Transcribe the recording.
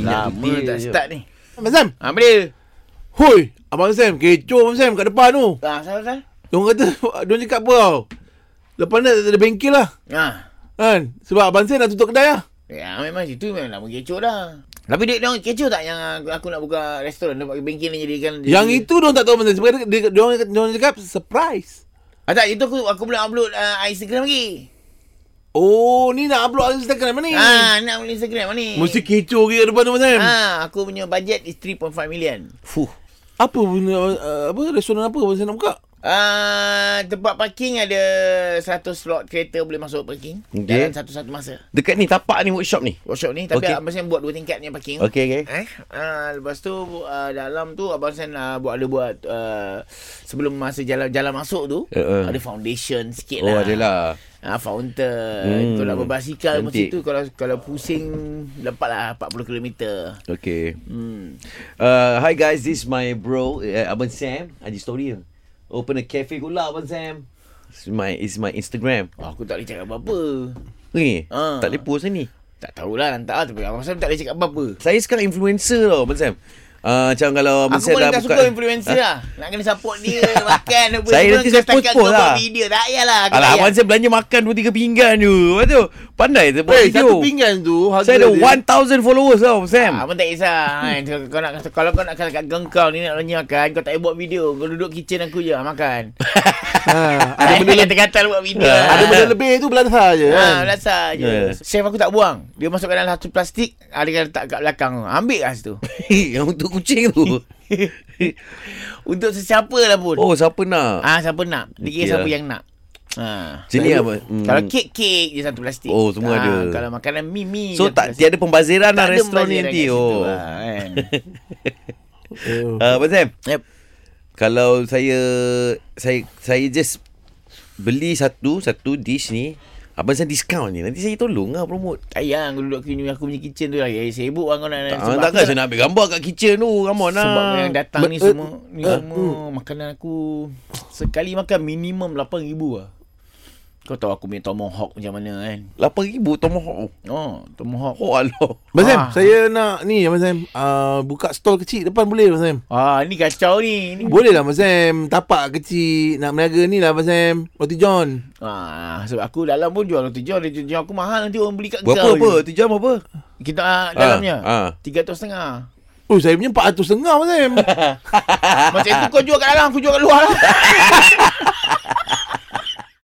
Lama tak start ni. Abang Sam. Ha, boleh. Hoi. Abang Sam. Kecoh Abang Sam kat depan tu. Ha, pasal pasal. Diorang kata, diorang cakap apa tau. Lepas ni tak ada bengkel lah. Ha. Kan? Sebab Abang Sam dah tutup kedai lah. Ya, memang situ memang lama kecoh dah. Tapi dia orang kecoh tak yang aku, aku nak buka restoran dia pakai bengkel ni jadikan Yang itu diorang tak tahu Abang Sam. Sebab dia, dia- diorang, diorang cakap surprise. Ah, tak, itu aku aku belum upload uh, Instagram lagi. Oh, ni nak upload Instagram ni. Ha, nak upload Instagram ni. Mesti kecoh ke depan tu Abang Sam. Ha, aku punya budget is 3.5 million. Fuh. Apa punya uh, apa restoran apa Abang Sam nak buka? Ah, tempat parking ada 100 slot kereta boleh masuk parking Okey. okay. dalam satu-satu masa. Dekat ni tapak ni workshop ni. Workshop ni tapi Okey. okay. abang Sam buat dua tingkat ni parking. Okey okey. Eh, ah, lepas tu ah, dalam tu abang Sam ah, buat ada buat ah, sebelum masa jalan jalan masuk tu Eh, eh. ada foundation sikit Oh lah. adalah. Ah, fountain. Hmm. Hmm. Kalau berbasikal macam Cantik. tu kalau kalau pusing dapat lah 40 km. Okay. Hmm. Uh, hi guys, this is my bro, uh, Abang Sam. Ada story ke? Open a cafe pula Abang Sam. It's my, it's my Instagram. Wah, Oh, aku tak boleh cakap apa-apa. Ni, Ah. tak boleh post ni. Tak tahulah lantak lah tapi abang Sam tak boleh cakap apa-apa. Saya sekarang influencer tau Abang Sam. Uh, macam kalau Abang Aku Sam paling dah tak buka. suka influencer lah. Nak kena support dia, makan apa Saya nanti saya post-post lah. Video. Tak payahlah. aku Alah, tak Abang Sam belanja makan 2-3 pinggan je. Lepas tu, pandai tu buat Eh, Weh, video. satu pinggan tu harga Saya ada dia- 1,000 followers tau, Abang Sam. payah. Abang Ah, tak kisah kan. Kalau kau nak kalau kau nak kata kat geng kau ni nak belanja makan, kau tak payah buat video. Kau duduk kitchen aku je ah, makan. Ha, Ada benda kata-kata buat video. ada benda lebih tu belasah je Ha, kan. belasah je. Yeah. Chef aku tak buang. Dia masukkan dalam satu plastik, ada yang letak kat belakang. Ambil lah situ. Yang untuk kucing tu. Untuk sesiapa lah pun. oh, siapa nak? Ah, siapa nak? Dia kira Okey siapa lah. yang nak. Ha. Macam ni, Abang. Hmm. Kalau kek-kek je satu plastik. Ah, Oh, semua ada. Kalau makanan mie-mie So je tak satu plastik. tiada pembaziran Tak lah ada restoran ni pembaziran nanti. kat situ Oh. lah, kan. Oh. Ah, Abang Sam, Yep. kalau saya saya saya just beli satu satu dish ni, Abang Sam discount ni. Nanti saya tolong lah promote. Sayang aku duduk kini aku punya kitchen tu lagi. Eh, sibuk lah kau nak. Tak, sebab takkan aku saya nak ambil gambar kat kitchen tu. Come on lah. uh, Sebab yang datang ni But, eh, semua ni semua makanan aku sekali makan minimum 8000 lah. Kau tahu aku punya tomahawk macam mana kan? 8,000 tomahawk. Oh, tomahawk. Oh Allah. Abang Sam, Ah. saya nak ni Abang Sam, uh, buka stall kecil depan boleh Abang Sam? Ah, ni kacau ni. ni. Boleh lah Abang Sam, tapak kecil, nak meniaga ni lah Abang Sam, roti john. Ah, sebab aku dalam pun jual roti john, roti john aku mahal nanti orang beli kat Berapa kau apa? Tu je. jam apa? Kita ah, dalamnya. ah. Tiga ratus setengah. Oh, saya punya 400 setengah Abang Sam. Macam tu kau jual kat dalam, aku jual kat luar lah.